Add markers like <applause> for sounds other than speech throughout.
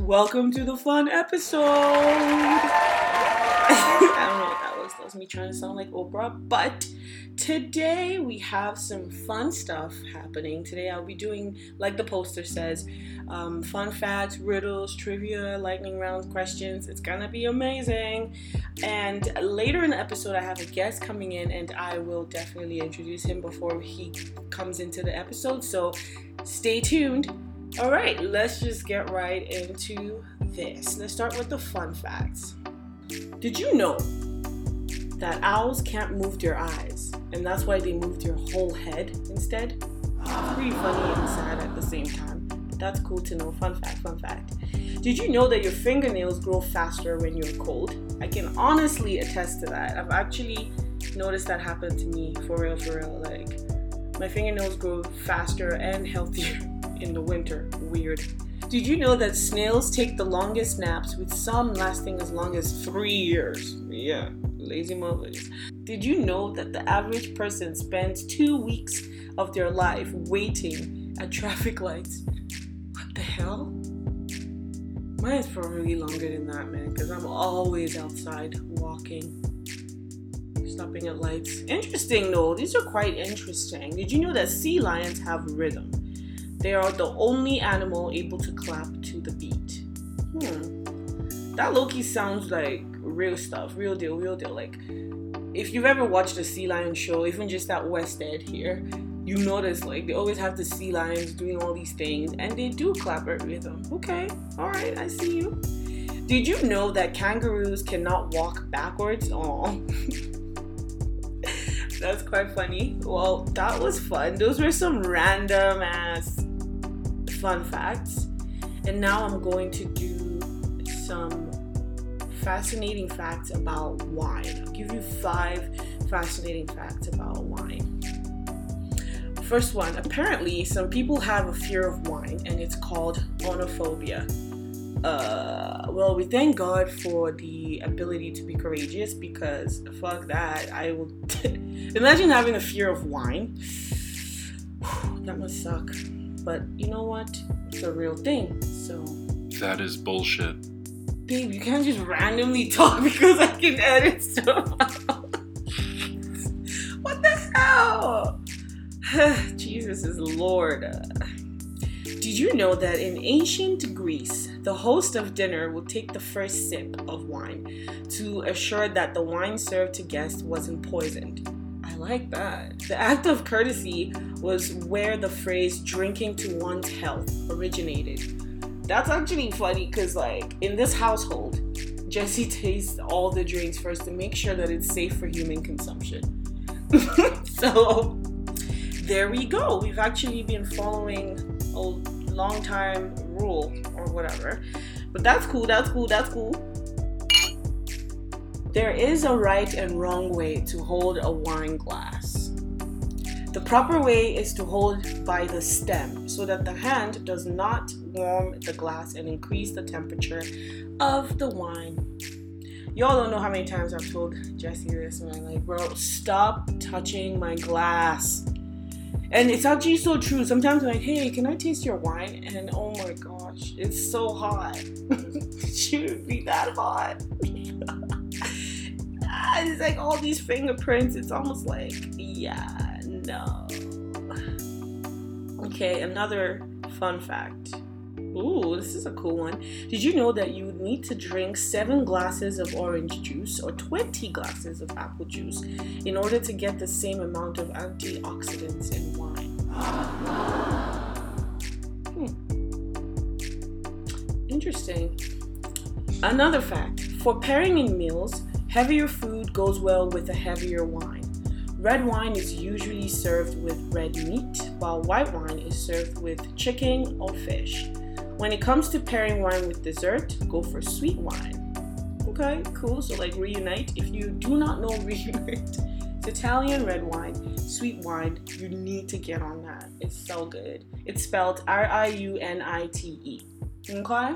Welcome to the fun episode. <laughs> I don't know what that was. That was me trying to sound like Oprah. But today we have some fun stuff happening. Today I'll be doing, like the poster says, um, fun facts, riddles, trivia, lightning round questions. It's gonna be amazing. And later in the episode, I have a guest coming in, and I will definitely introduce him before he comes into the episode. So stay tuned. All right, let's just get right into this. Let's start with the fun facts. Did you know that owls can't move their eyes, and that's why they move their whole head instead? It's pretty funny and sad at the same time. But that's cool to know. Fun fact, fun fact. Did you know that your fingernails grow faster when you're cold? I can honestly attest to that. I've actually noticed that happen to me for real, for real. Like, my fingernails grow faster and healthier in the winter. Weird. Did you know that snails take the longest naps, with some lasting as long as three years? Yeah, lazy mothers. Did you know that the average person spends two weeks of their life waiting at traffic lights? What the hell? Mine's probably longer than that, man, because I'm always outside walking, stopping at lights. Interesting, though. These are quite interesting. Did you know that sea lions have rhythm? They are the only animal able to clap to the beat. Hmm. That Loki sounds like real stuff, real deal, real deal. Like, if you've ever watched the sea lion show, even just at West End here, you notice like they always have the sea lions doing all these things, and they do clap at rhythm. Okay, all right, I see you. Did you know that kangaroos cannot walk backwards? Aw. <laughs> That's quite funny. Well, that was fun. Those were some random ass fun facts. And now I'm going to do some fascinating facts about wine. I'll give you five fascinating facts about wine. First one apparently, some people have a fear of wine and it's called onophobia. Uh, well, we thank God for the ability to be courageous because fuck that. I will. <laughs> imagine having a fear of wine. that must suck. But you know what? It's a real thing. So, That is bullshit. babe, you can't just randomly talk <laughs> because I can edit stuff out. <laughs> what the hell? <sighs> Jesus is Lord. Did you know that in ancient Greece, the host of dinner would take the first sip of wine to assure that the wine served to guests wasn't poisoned? I like that. The act of courtesy was where the phrase drinking to one's health originated. That's actually funny because, like, in this household, Jesse tastes all the drinks first to make sure that it's safe for human consumption. <laughs> so, there we go. We've actually been following a long time rule or whatever. But that's cool, that's cool, that's cool. There is a right and wrong way to hold a wine glass. The proper way is to hold by the stem so that the hand does not warm the glass and increase the temperature of the wine. Y'all don't know how many times I've told Jesse this, and I'm like, bro, stop touching my glass. And it's actually so true. Sometimes I'm like, hey, can I taste your wine? And oh my gosh, it's so hot. <laughs> it shouldn't be that hot. Ah, it's like all these fingerprints. It's almost like, yeah, no. Okay, another fun fact. Ooh, this is a cool one. Did you know that you would need to drink seven glasses of orange juice or 20 glasses of apple juice in order to get the same amount of antioxidants in wine. Hmm. Interesting. Another fact for pairing in meals, heavier food goes well with a heavier wine. Red wine is usually served with red meat, while white wine is served with chicken or fish. When it comes to pairing wine with dessert, go for sweet wine. Okay, cool. So like reunite. If you do not know <laughs> reunite, it's Italian red wine, sweet wine. You need to get on that. It's so good. It's spelled R I U N I T E. Okay,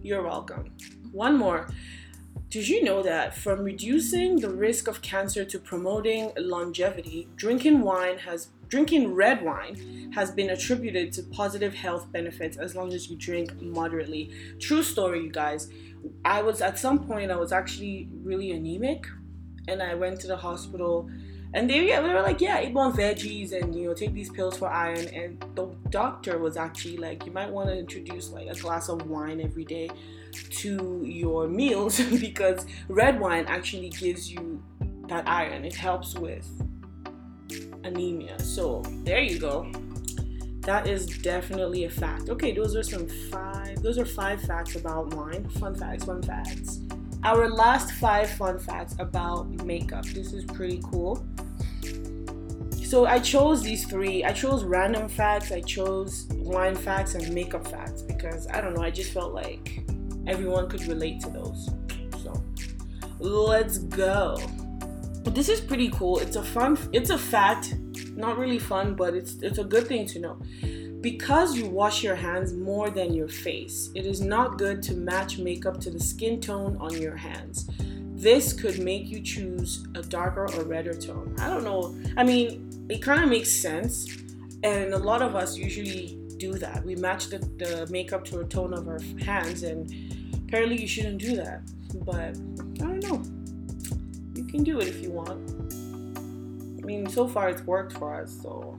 you're welcome. One more. Did you know that from reducing the risk of cancer to promoting longevity, drinking wine has Drinking red wine has been attributed to positive health benefits as long as you drink moderately. True story, you guys. I was at some point I was actually really anemic, and I went to the hospital, and they, yeah, they were like, "Yeah, eat more veggies and you know take these pills for iron." And the doctor was actually like, "You might want to introduce like a glass of wine every day to your meals <laughs> because red wine actually gives you that iron. It helps with anemia. So there you go. That is definitely a fact. Okay, those are some five. Those are five facts about wine. Fun facts. Fun facts. Our last five fun facts about makeup. This is pretty cool. So I chose these three. I chose random facts. I chose wine facts and makeup facts because I don't know. I just felt like everyone could relate to those. So let's go. But this is pretty cool. It's a fun. It's a fact. Not really fun, but it's it's a good thing to know. Because you wash your hands more than your face, it is not good to match makeup to the skin tone on your hands. This could make you choose a darker or redder tone. I don't know. I mean, it kind of makes sense. And a lot of us usually do that. We match the, the makeup to the tone of our hands, and apparently you shouldn't do that. But I don't know. You can do it if you want. I mean, so far it's worked for us, so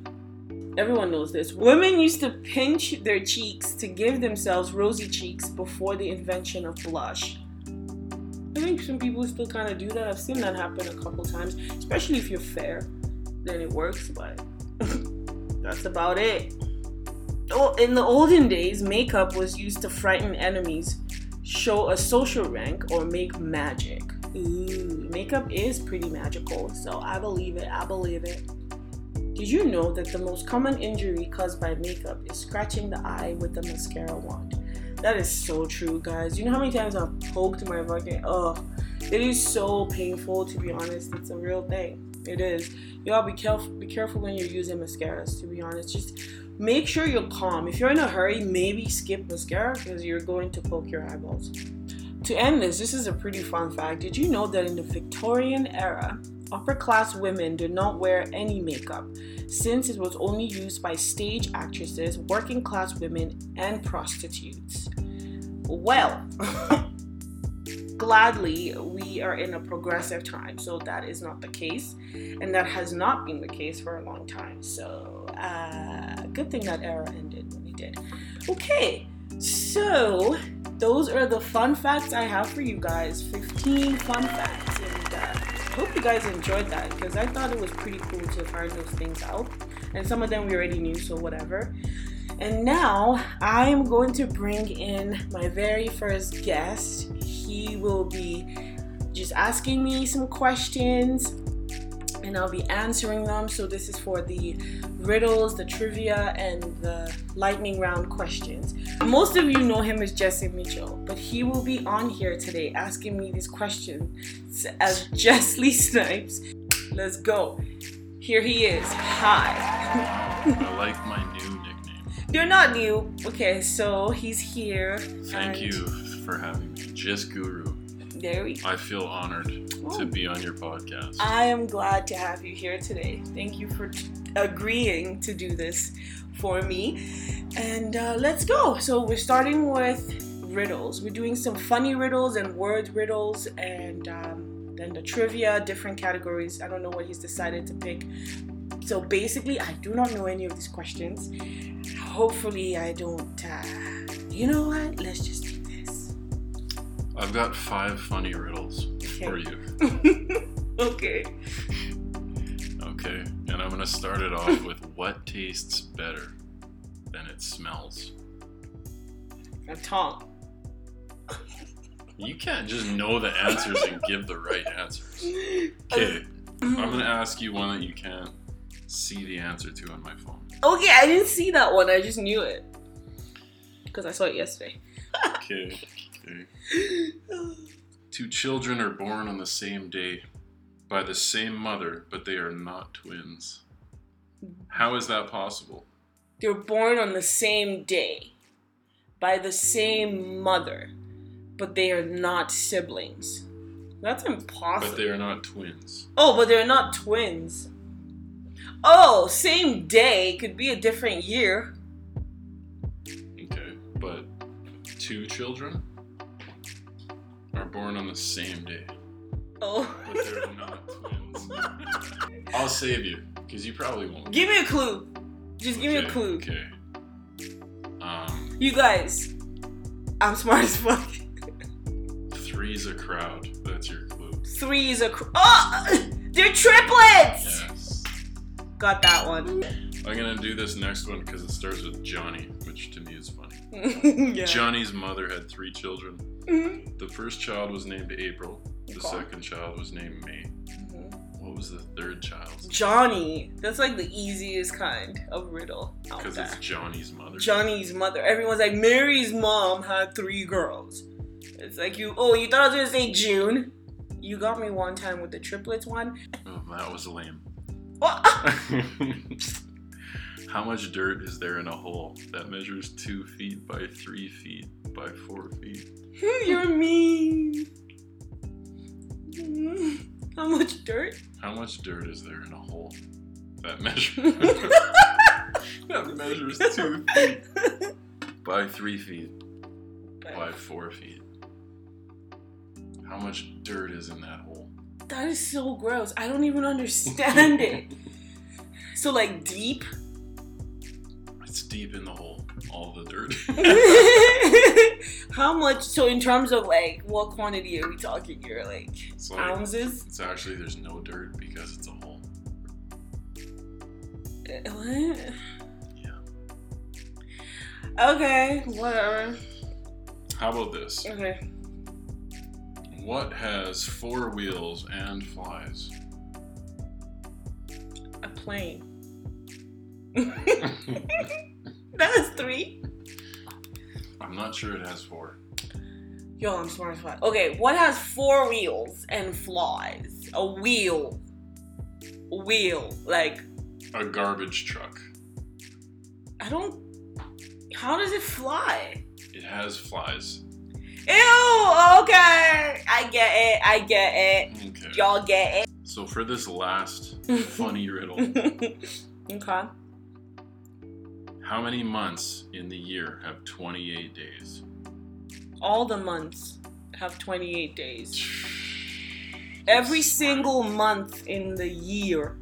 everyone knows this. Women used to pinch their cheeks to give themselves rosy cheeks before the invention of blush. I think some people still kind of do that. I've seen that happen a couple times, especially if you're fair, then it works, but <laughs> that's about it. Oh, in the olden days, makeup was used to frighten enemies, show a social rank, or make magic. Ooh, makeup is pretty magical, so I believe it. I believe it. Did you know that the most common injury caused by makeup is scratching the eye with the mascara wand? That is so true, guys. You know how many times I've poked my fucking. Ugh. It is so painful, to be honest. It's a real thing. It is. Y'all be careful. Be careful when you're using mascaras. To be honest, just make sure you're calm. If you're in a hurry, maybe skip mascara because you're going to poke your eyeballs. To end this, this is a pretty fun fact. Did you know that in the Victorian era, upper class women did not wear any makeup since it was only used by stage actresses, working class women, and prostitutes? Well, <laughs> gladly, we are in a progressive time, so that is not the case, and that has not been the case for a long time. So, uh, good thing that era ended when it did. Okay, so those are the fun facts I have for you guys. 15 fun facts. And uh, hope you guys enjoyed that because I thought it was pretty cool to find those things out. And some of them we already knew, so whatever. And now I am going to bring in my very first guest. He will be just asking me some questions and I'll be answering them. So this is for the riddles, the trivia, and the lightning round questions. Most of you know him as Jesse Mitchell, but he will be on here today asking me these questions as <laughs> Jessly Snipes. Let's go. Here he is. Hi. I like my new nickname. You're not new. Okay, so he's here. and Thank you for having me. Just Guru. There we go. I feel honored to Oh. be on your podcast. I am glad to have you here today. Thank you for t- agreeing to do this for me. And uh, let's go. So, we're starting with riddles. We're doing some funny riddles and word riddles, and um, then the trivia, different categories. I don't know what he's decided to pick. So, basically, I do not know any of these questions. Hopefully, I don't. Uh, you know what? Let's just do this. <laughs> I've got five funny riddles for you. Okay. Okay. And I'm going to start it off with what tastes better than it smells? A tongue. You can't just know the answers and give the right answers. Okay. Um, I'm going to ask you one that you can't see the answer to on my phone. Okay, I didn't see that one. I just knew it because I saw it <gasps> yesterday. Okay. Okay. Two children are born on the same day by the same mother, but they are not twins. How is that possible? They're born on the same day by the same mother, but they are not siblings. That's But impossible. they are not twins. oh, but they're not twins. Oh, same day could be a different year. Okay, but two children are born on the same day, Oh. but they're not twins. I'll save you because you probably <laughs> won't. give me a clue. Just give me a Okay, clue. Okay. Um, You guys, I'm smart as fuck. three's a crowd. That's your clue. Three is a. Cr- oh! <laughs> They're triplets! Yes. Got that <laughs> one. I'm gonna do this next one because it starts with Johnny, which to me is funny. yeah. Johnny's mother had three children. Mhm. The first child was named April. The Cool. second child was named May. Mhm. What was the third child's? Johnny. That's like the easiest kind of riddle out Because it's there. Johnny's mother. Johnny's mother. Everyone's like, Mary's mom had three girls. It's like you. Oh, you thought I was gonna say June. You got me one time with the triplets one. <laughs> Oh, that was lame. <laughs> Oh, <laughs> How much dirt is there in a hole that measures two feet by three feet by four feet? you're mean. <laughs> Mm. How much dirt? How much dirt is there in a hole <laughs> that measures <laughs> that measures two feet <laughs> by three feet by four feet? How much dirt is in that hole? That is so gross. I don't even understand it. <laughs> So like <laughs> deep. It's deep in the hole. All the dirt. <laughs> How much? So in terms of like, what quantity are we talking here? Like It's like ounces? it's actually there's no dirt because it's a hole. Uh, What? Yeah. <sighs> Okay. Whatever. How about this? Okay. What has four wheels and flies? A plane. <laughs> That was three. I'm not sure it has four. Yo, I'm smart as fuck. Okay, what has four wheels and flies? A wheel. A wheel. Like A garbage truck. I don't. How does it fly? It has flies. Ew, okay. I get it. I get it. Okay. Y'all get So for this last <laughs> funny <laughs> riddle, it. okay. how many months in the year have 28 days? All the months have 28 days. Every single month in the year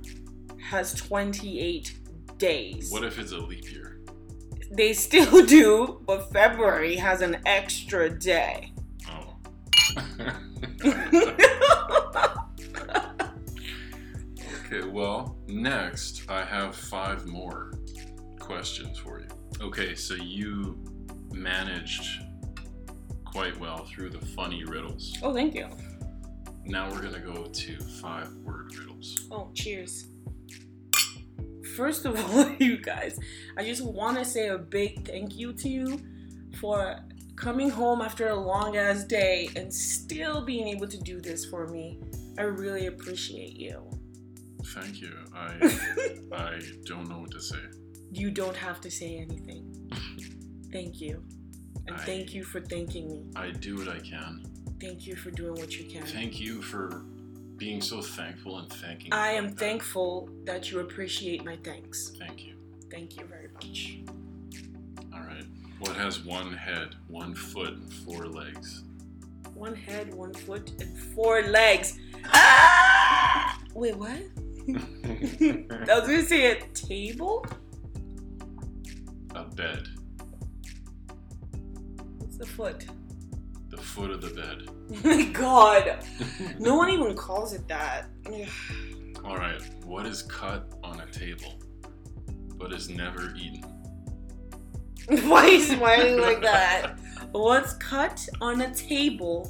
has 28 days. What if it's a leap year? They still <laughs> do, but February has an extra <laughs> day. <laughs> Oh. okay, well, next I have five more questions for you. Okay, so you managed quite well through the funny riddles. Oh, thank you. Now we're gonna go to five word riddles. Oh, cheers. First of <laughs> all, you guys, I just want to say a big thank you to you for coming home after a long ass day and still being able to do this for me. I really appreciate you. <laughs> Thank you. I I don't know what to say. You don't have to say anything. Thank you. And I- thank you for thanking me. I do what I can. Thank you for doing what you can. Thank you for being so thankful and thanking. I me am like that. thankful that you appreciate my thanks. Thank you. Thank you very much. All right. What has one head, one foot, and four legs? One head, one foot, and four legs. Ah! Wait, <laughs> what? I was gonna say a table? a bed. What's the foot? The foot of the bed. <laughs> Oh my god. No one even calls it that. <laughs> Ugh. All right. What is cut on a table, but is never eaten? Why are you smiling like that? What's cut on a table,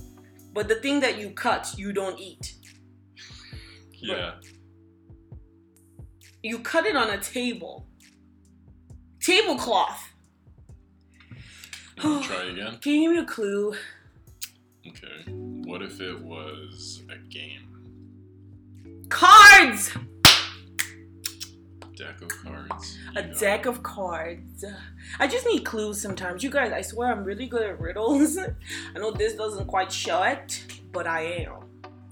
but the thing that you cut, you don't eat. Yeah. You cut it on a table. Tablecloth. You wanna Try <gasps> again. Can you give me a clue? Okay. What if it was a game? Cards! Deck of cards. A You got deck of cards. I just need clues sometimes. You guys, I swear I'm really good at riddles. <laughs> I know this doesn't quite show it, but I am.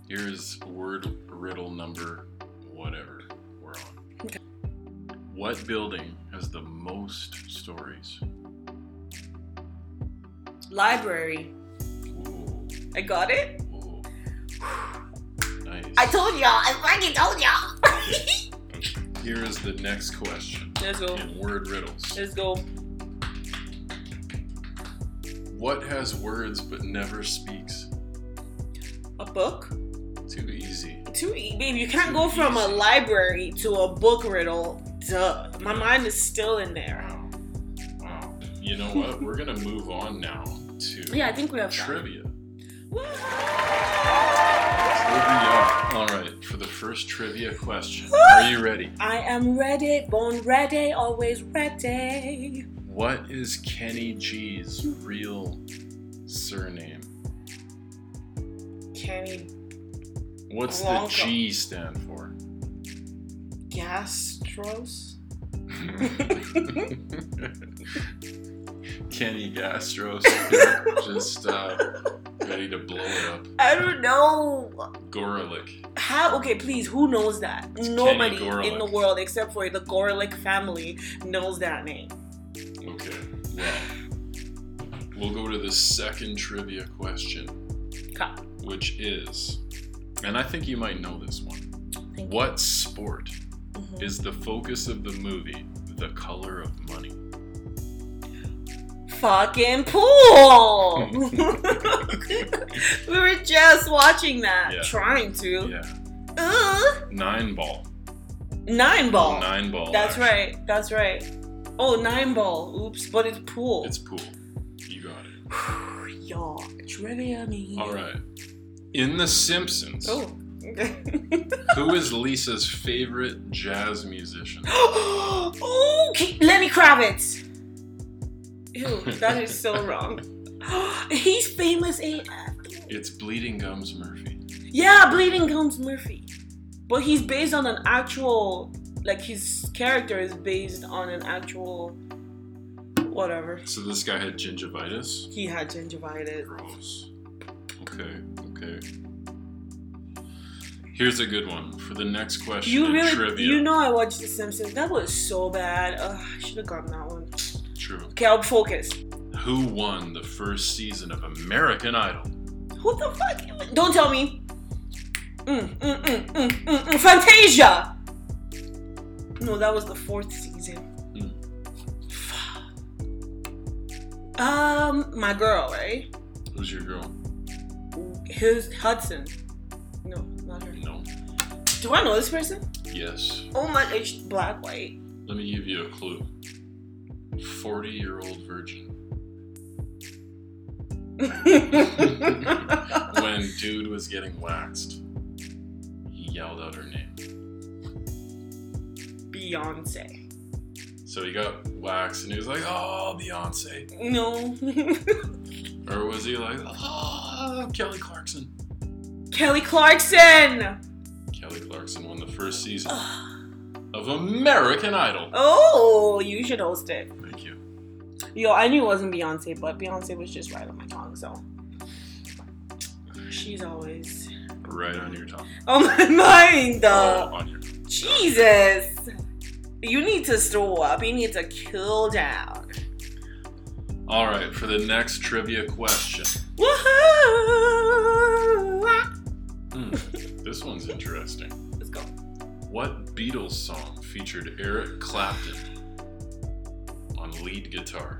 Here's word riddle number whatever we're on. What building has the most stories? Library. Ooh, I got it. ooh, nice. I told y'all. I fucking told y'all. Here is the next question Let's go. in word riddles. Let's go. What has words but never speaks? A book. Too easy. Too e- babe, you can't go from a library to a book riddle. Duh. My mind is still in there. Wow. Wow. You know what? We're gonna move on now to <laughs> Yeah, I think we have time. trivia. Woo! Trivia. All right, for the first trivia <laughs> question. Are you ready? I am ready, born ready, always ready. What is Kenny G's real surname? Kenny What's the Wonka. G stand <laughs> for? Gastros? Kenny Gastros, just uh, ready to blow it up. I don't know. Gorelick. How? Okay, please, who knows that? Nobody in the Gorelick. world except for the Gorlick family knows that name. Okay, well, we'll go to the second trivia question, Okay. which is, and I think you might know this one. Thank you. What sport Mhm. is the focus of the movie The Color of Money? Mm-hmm. Fucking <laughs> pool! <laughs> we were just watching that, Yeah. trying to. Yeah, Uh, nine ball. nine ball. Nine ball. That's action. right. That's right. Oh, nine ball. Oops, but it's pool. It's pool. You got <sighs> it. Y'all, trivia me. All right. In The Simpsons, Oh. <laughs> who is Lisa's favorite <gasps> jazz musician? oh, Ke- Lenny Kravitz. Ew, that is <laughs> so wrong. <gasps> He's famous AF. It's Bleeding Gums Murphy. Yeah, Bleeding Gums Murphy. But he's based on an actual, like his character is based on an actual, whatever. So this guy had gingivitis. He had gingivitis. Gross. Okay. Okay. Here's a good one for the next question. You in really, trivia. you know, I watched The Simpsons. That was so bad. Ugh, I should have gotten that one. True. Okay, I'll focus. Who won the first season of American Idol? Who the fuck? am I- Don't tell me. Mm, mm, mm, mm, mm, mm, Fantasia. No, that was the fourth season. Fuck. Um, my girl, right? Who's your girl? His Hudson. No, not her. No. Do I know this person? Yes. Oh my, it's black, white. <laughs> Let me give you a clue. Forty-year-old virgin. <laughs> When dude was getting waxed, he yelled out her name. Beyonce. So he got waxed and he was like, "Oh, Beyonce." No. <laughs> Or was he like, ah, Kelly Clarkson? Kelly Clarkson. Kelly Clarkson won the first season Ugh. of American Idol. Oh, you should host it. Thank you. Yo, I knew it wasn't Beyonce, but Beyonce was just right on my tongue, so. She's always Right on your tongue. on my <laughs> mind. Oh, Uh, on your Jesus. You need to slow up. You need to cool down. All right, for the next trivia question. Woohoo! Hmm, this one's interesting. Let's go. What Beatles song featured Eric Clapton on lead guitar?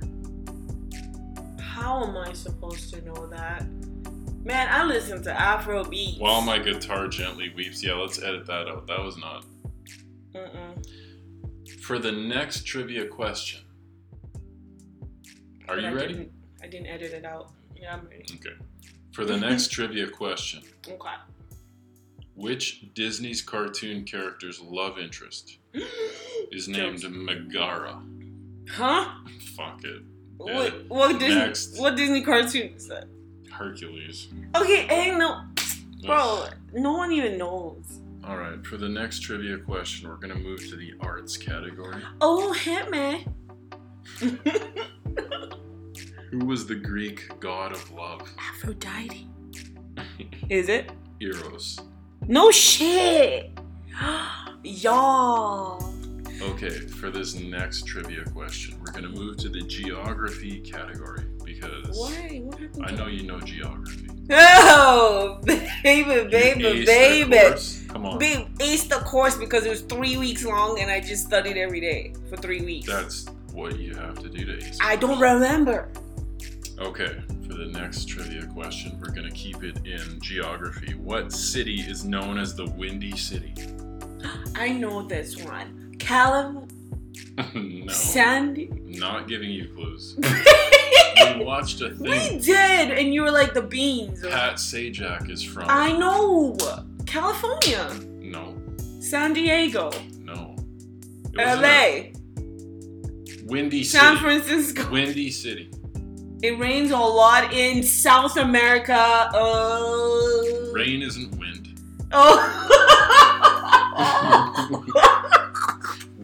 How am I supposed to know that? Man, I listen to Afro beats. While my guitar gently weeps. Yeah, let's edit that out. That was not. Mm-mm. For the next trivia question. Are But I you ready? Didn't, I didn't edit it out. Yeah, I'm ready. Okay. For the next trivia question, Okay. <gasps> which Disney's cartoon character's love interest is named Jones. Megara? huh? Fuck it. What, what Disney? Next. What Disney cartoon is that? Hercules. Okay, hey, no, bro, Ugh. no one even knows. All right. For the next trivia question, we're gonna move to the arts category. Oh, hit me. Who was the Greek god of love? Aphrodite. is it? Eros. No shit. <gasps> Y'all. Okay, for this next trivia question, we're going to move to the geography category because Why? What happened? I to- know you know geography. <laughs> Oh, baby, You baby, aced that baby. course. Come on. Babe, ace the course because it was three weeks long and I just studied every day for three weeks. That's what you have to do to ace. I don't remember. Okay, for the next trivia question, we're going to keep it in geography. What city is known as the Windy City? <laughs> I know this one. Calum, no. Sandy. <laughs> <laughs> Not giving you clues. we we watched a thing. did, and you were like the beans. Pat Sajak is from. I know. California, No, San Diego, no. It was in a- LA, Windy San City. Francisco. Windy City. It rains a lot in South America. Oh. Rain isn't <laughs> wind. Oh.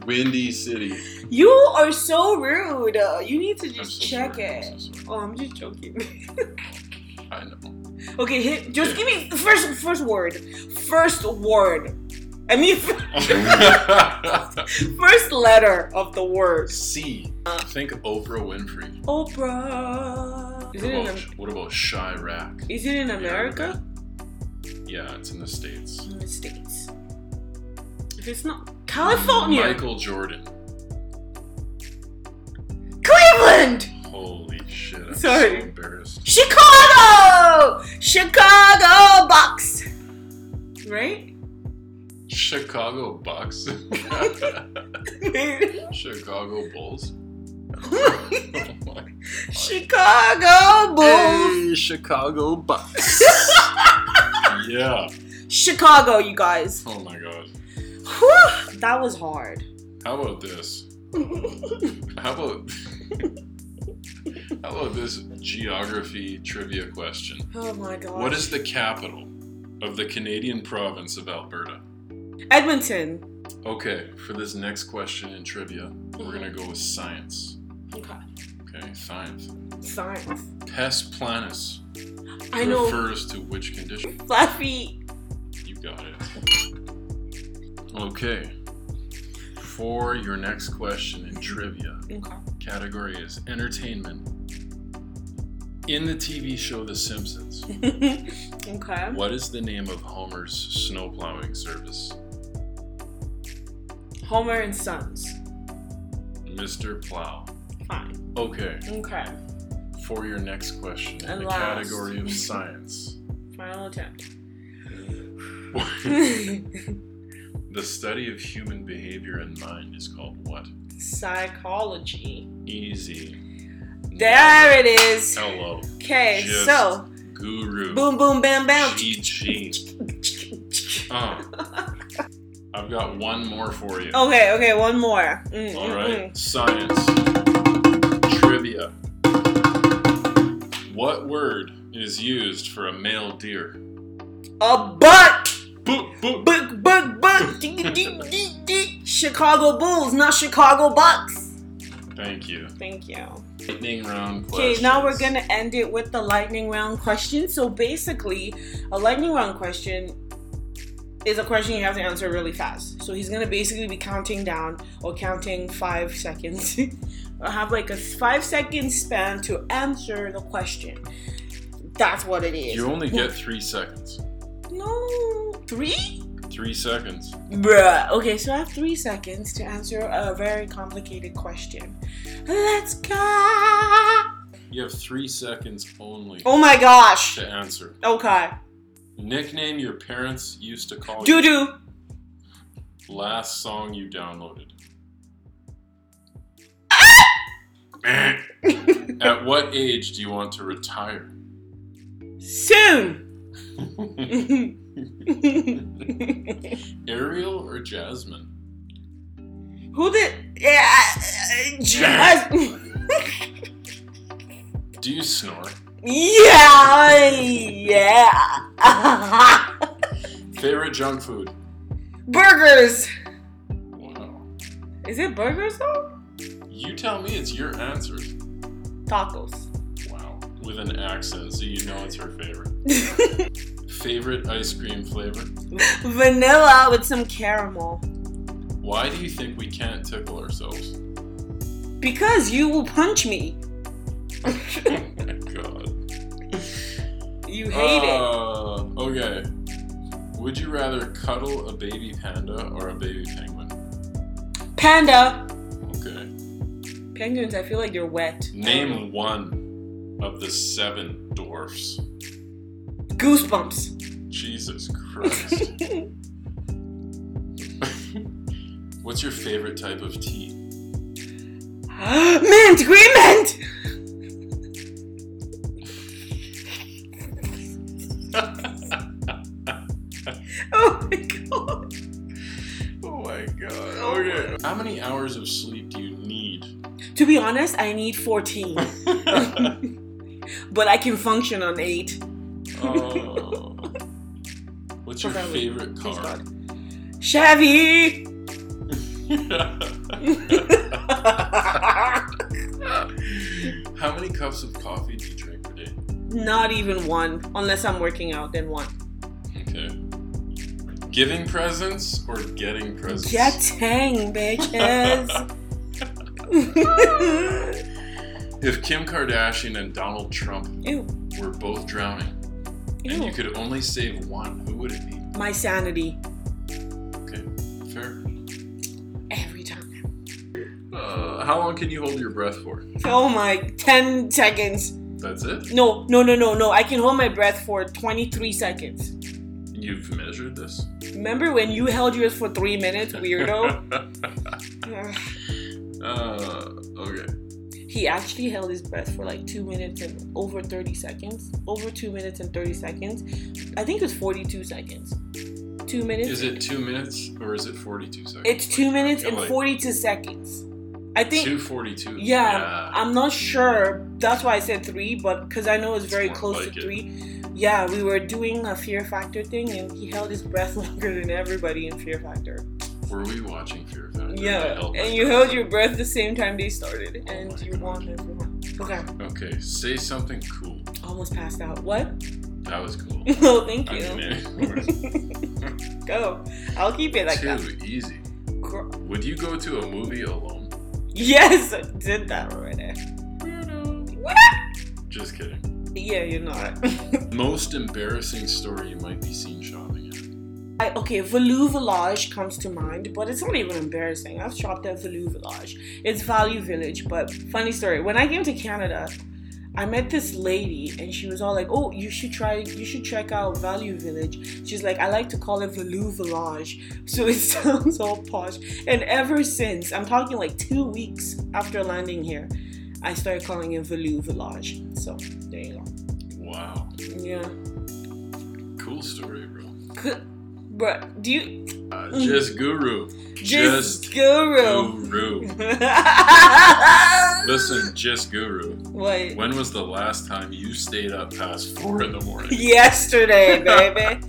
Windy City. You are so rude. Uh, You need to I'm just so check sorry, I'm it. so sorry. Oh, I'm just joking. <laughs> I know. okay, hit, just give me the first first word. First word. I mean, <laughs> first letter of the word. <laughs> C. Uh. Think Oprah Winfrey. Oprah. Is What it in, about, Am- what about Chirac? is it in America? Yeah, it's in the States. In the States. If it's not California, Michael Jordan. Cleveland, Holy shit. I'm Sorry. so embarrassed. Chicago, Chicago Bucks. <laughs> Right? <laughs> Chicago Bucks. <laughs> Chicago Bulls. <laughs> Oh my Chicago Bulls. <laughs> Hey, Chicago Bucks. yeah. Chicago, you guys. Oh my god. Whew, that was <laughs> hard. Oh How about this? How about <laughs> How about this geography trivia question? oh my god. What is the capital of the Canadian province of Alberta? Edmonton? Okay, for this next question in trivia, we're going to go with science. Okay. Okay, science. Science. Pes planus I know. refers to which condition? Flat feet. You got it. Okay. For your next question in trivia, Okay. category is entertainment. In the TV show The Simpsons, <laughs> okay. what is the name of Homer's snowplowing service? Homer and Sons. Mr. Plow. Fine. Okay. Okay. For your next question in And the last. category of science, Final <laughs> attempt. the study of human behavior and mind is called what? Psychology. Easy. There it is. Hello. Okay, Oh, Just so Guru. boom, boom, bam, bam. GG. Uh, I've got one more for you. Okay, okay, one more. Mm, All mm, right. mm. Science. Trivia. What word is used for a male deer? A butt. Boop, boop. Buck, buck, buck. Dig, dig, dig, dig. Chicago Bulls, not Chicago Bucks. Thank you. Thank you. Lightning round Okay, now we're questions. gonna end it with the lightning round question. So basically, a lightning round question is a question you have to answer really fast. So he's gonna basically be counting down or counting five seconds. <laughs> I have like a five second span to answer the question. That's what it is. You only get three seconds. no three? Three seconds. Bruh. Okay, so I have three seconds to answer a very complicated question. Let's go! Oh You have three seconds only my gosh! to answer. Okay. Nickname your parents used to call Doo you. doo! Last song you downloaded. At what age do you want to retire? <laughs> Soon! <laughs> Ariel or Jasmine? Who did. Yeah! uh, Jazz! Do you snore? Yeah! Yeah! <laughs> Favorite junk food? burgers! Wow. Is it burgers though? You tell me it's your answer. Tacos. <laughs> Wow. With an accent, so you know it's her favorite. Favorite ice cream flavor? Vanilla with some caramel. Why do you think we can't tickle ourselves? <laughs> Because you will punch me. <laughs> oh my god. You hate it. uh, Okay. Would you rather cuddle a baby panda or a baby penguin? Panda. Okay. Penguins, I feel like you're wet. Name one of the seven dwarfs. Goosebumps. Jesus <laughs> Christ. <laughs> What's your favorite type of tea? mint, green mint. <laughs> Oh my god. Oh my god. Oh Okay. How many hours of sleep do you <laughs> need? To be honest, I need 14, but I can function on 8. Oh. What's your Probably. favorite Please car? God. Chevy. <laughs> How many cups of coffee do you drink per day? <laughs> Not even one, unless I'm working out, then one. Okay. Giving presents or getting presents? Getting, bitches. If Kim Kardashian and Donald Trump <laughs> Ew. were both drowning and you Ew. could only save one, who would it be? My sanity. Okay, fair. Every time. Uh, how long can you hold your breath for? Oh my, 10 seconds. That's it? No, no, no, no, no. I can hold my breath for 23 seconds. You've measured this? Remember when you held yours for three minutes, <laughs> weirdo? <sighs> Ugh. uh, okay. he actually held his breath for like two minutes and over 30 seconds. Over two minutes and 30 seconds. I think it was 42 seconds. Two minutes. Is it two minutes or is it 42 seconds? It's two minutes and Like 42 seconds. I think. 242. Yeah, I'm not sure. That's why I said three, but because I know it's very more close like to it. three. Yeah, we were doing a Fear Factor thing, and he held his breath <laughs> longer than everybody in Fear Factor. Were we watching Fear Factor? I Yeah, held oh my and you breath. held your breath the same time they started, Oh and my you God. won everyone. Okay, Okay, say something cool. almost passed out. What? <laughs> That was cool. oh, thank I you. <laughs> mean, it Go. I'll keep it was like that. too easy. Gr- Would you go to a movie alone? <laughs> Yes, I did that already. What? Just kidding. Yeah, you're not. <laughs> Most embarrassing story you might be seen shopping at. I, okay, Value Village comes to mind, but it's not even embarrassing. I've shopped at Value Village. It's Value Village, but funny story. When I came to Canada, I met this lady and she was all like, "Oh, you should try. You should check out Value Village." She's like, "I like to call it Value Village, <laughs> so it sounds all posh." And ever since, I'm talking like two weeks after landing here, I started calling it Value Village. So there you go. Wow. Yeah, Cool story, bro. Good. But do you Uh, <laughs> just guru. just, Just guru? Guru. <laughs> Listen, just guru. What? When was the last time you stayed up past four in the <laughs> morning? <laughs> Yesterday, baby.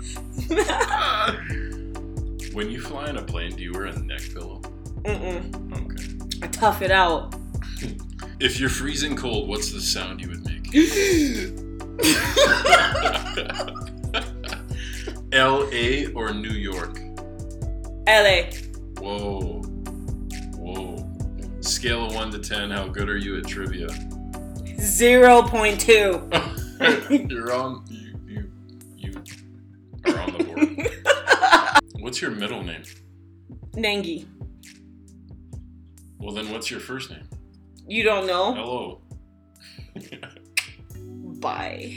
<laughs> when you fly in a plane, do you wear a neck pillow? Mm-mm. Okay. I tough it out. <laughs> If you're freezing cold, what's the sound you would make? L.A. or New York? LA. Whoa. Whoa. Scale of 1 to 10, how good are you at trivia? 0.2. You're on. You, you, you are on the board. what's your middle name? Nengi. Well, then what's your first name? You don't know? Hello. Bye.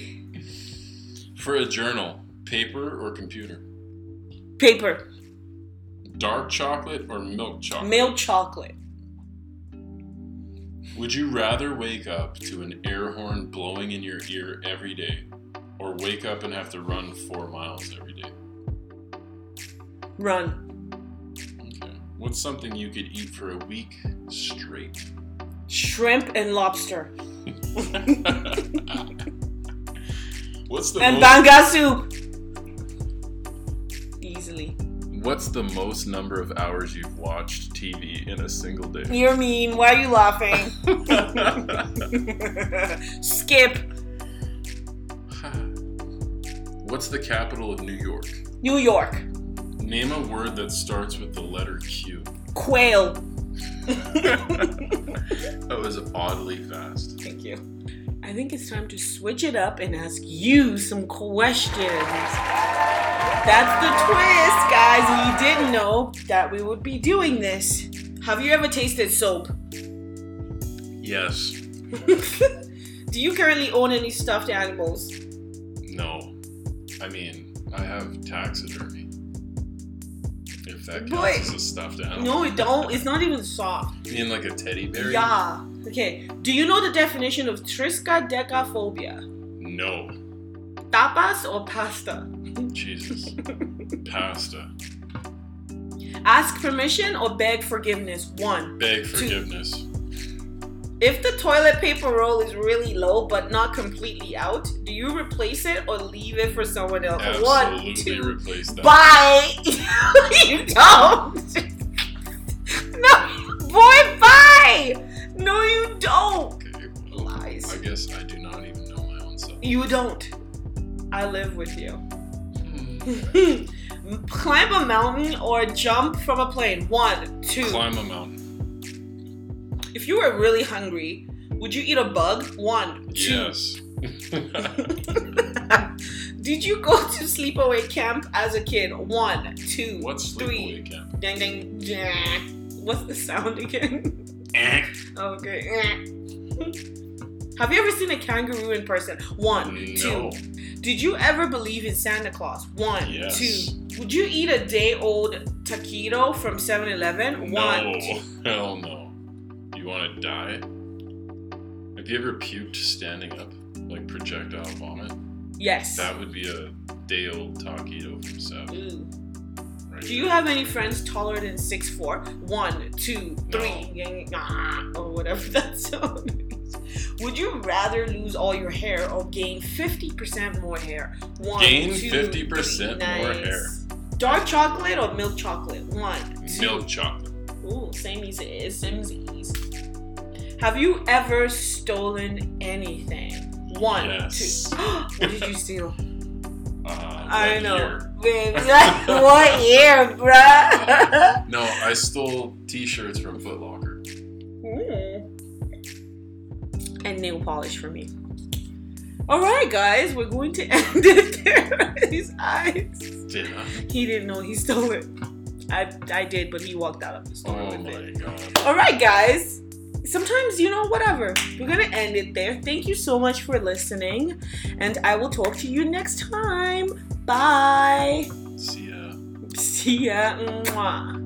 For a journal, paper or computer? Paper. Dark chocolate or milk chocolate? Milk chocolate. Would you rather wake up to an air horn blowing in your ear every day or wake up and have to run four miles every day? Run. Okay. What's something you could eat for a week straight? <laughs> Shrimp and lobster. What's the And most, banga soup. Easily. What's the most number of hours you've watched TV in a single <laughs> day? <laughs> You're mean. Why are you laughing? <laughs> Skip. What's the capital of New York? New York. Name a word that starts with the letter Q. Quail. That was Oh, oddly fast. Thank you. I think it's time to switch it up and ask you some questions. That's the twist, guys. We didn't know that we would be doing this. Have you ever tasted soap? Yes. Do you currently own any stuffed animals? No. I mean, I have taxidermy. If that counts Boy. as a stuffed animal. No, it don't. It's not even soft. You mean like a teddy bear? Yeah. Okay. Do you know the definition of triskaidekaphobia? No. Tapas or pasta? <laughs> Jesus. Pasta. Ask permission or beg forgiveness. One. Beg forgiveness. If the toilet paper roll is really low but not completely out, do you replace it or leave it for someone else? Uh, One, Absolutely two, replace that. bye. <laughs> you don't. <laughs> no, boy, bye. No, you don't. Okay, well, I Lies. guess I do not even know my own self. You don't. I live with you. <laughs> Hmm. Climb a mountain or jump from a plane. One, two. Climb a mountain. If you were really hungry, would you eat a bug? One, two. Yes. <laughs> Did you go to sleepaway camp as a kid? One, two, What's three. sleepaway camp? Dang, dang, dang. What's the sound again? <laughs> Eh. okay. eh. Have you ever seen a kangaroo in person? One, two. No. Did you ever believe in Santa Claus? One, Yes. two. Would you eat a day old taquito from 7 Eleven? No. One, two. <laughs> Hell no. You want to die? Have you ever puked standing up, like projectile vomit? Yes. That would be a day old taquito from Seven. Ooh. Right? Do you have any friends taller than six four? One, two, three, No. yang- ah, or whatever <laughs> that sound is. Would you rather lose all your hair or gain 50% more hair? One, Gain two, 50% three. more Nice. hair. Dark chocolate or milk chocolate? One, two. Milk chocolate. Ooh, same easy. Simsies. Have you ever stolen anything? One, Yes. two. <gasps> what did you steal? Uh, I don't one know. year. Babe, <laughs> like, what year, <laughs> bruh? No, I stole T-shirts from Foot Locker. Mm. And nail polish for me. All right, guys, we're going to <laughs> end it there. His eyes. Did I? He didn't know he stole it. I, I did, but he walked out of the store Oh with it. my god. All right, guys. Sometimes, you know, whatever. We're going to end it there. Thank you so much for listening. And I will talk to you next time. Bye. See ya. See ya. Mwah.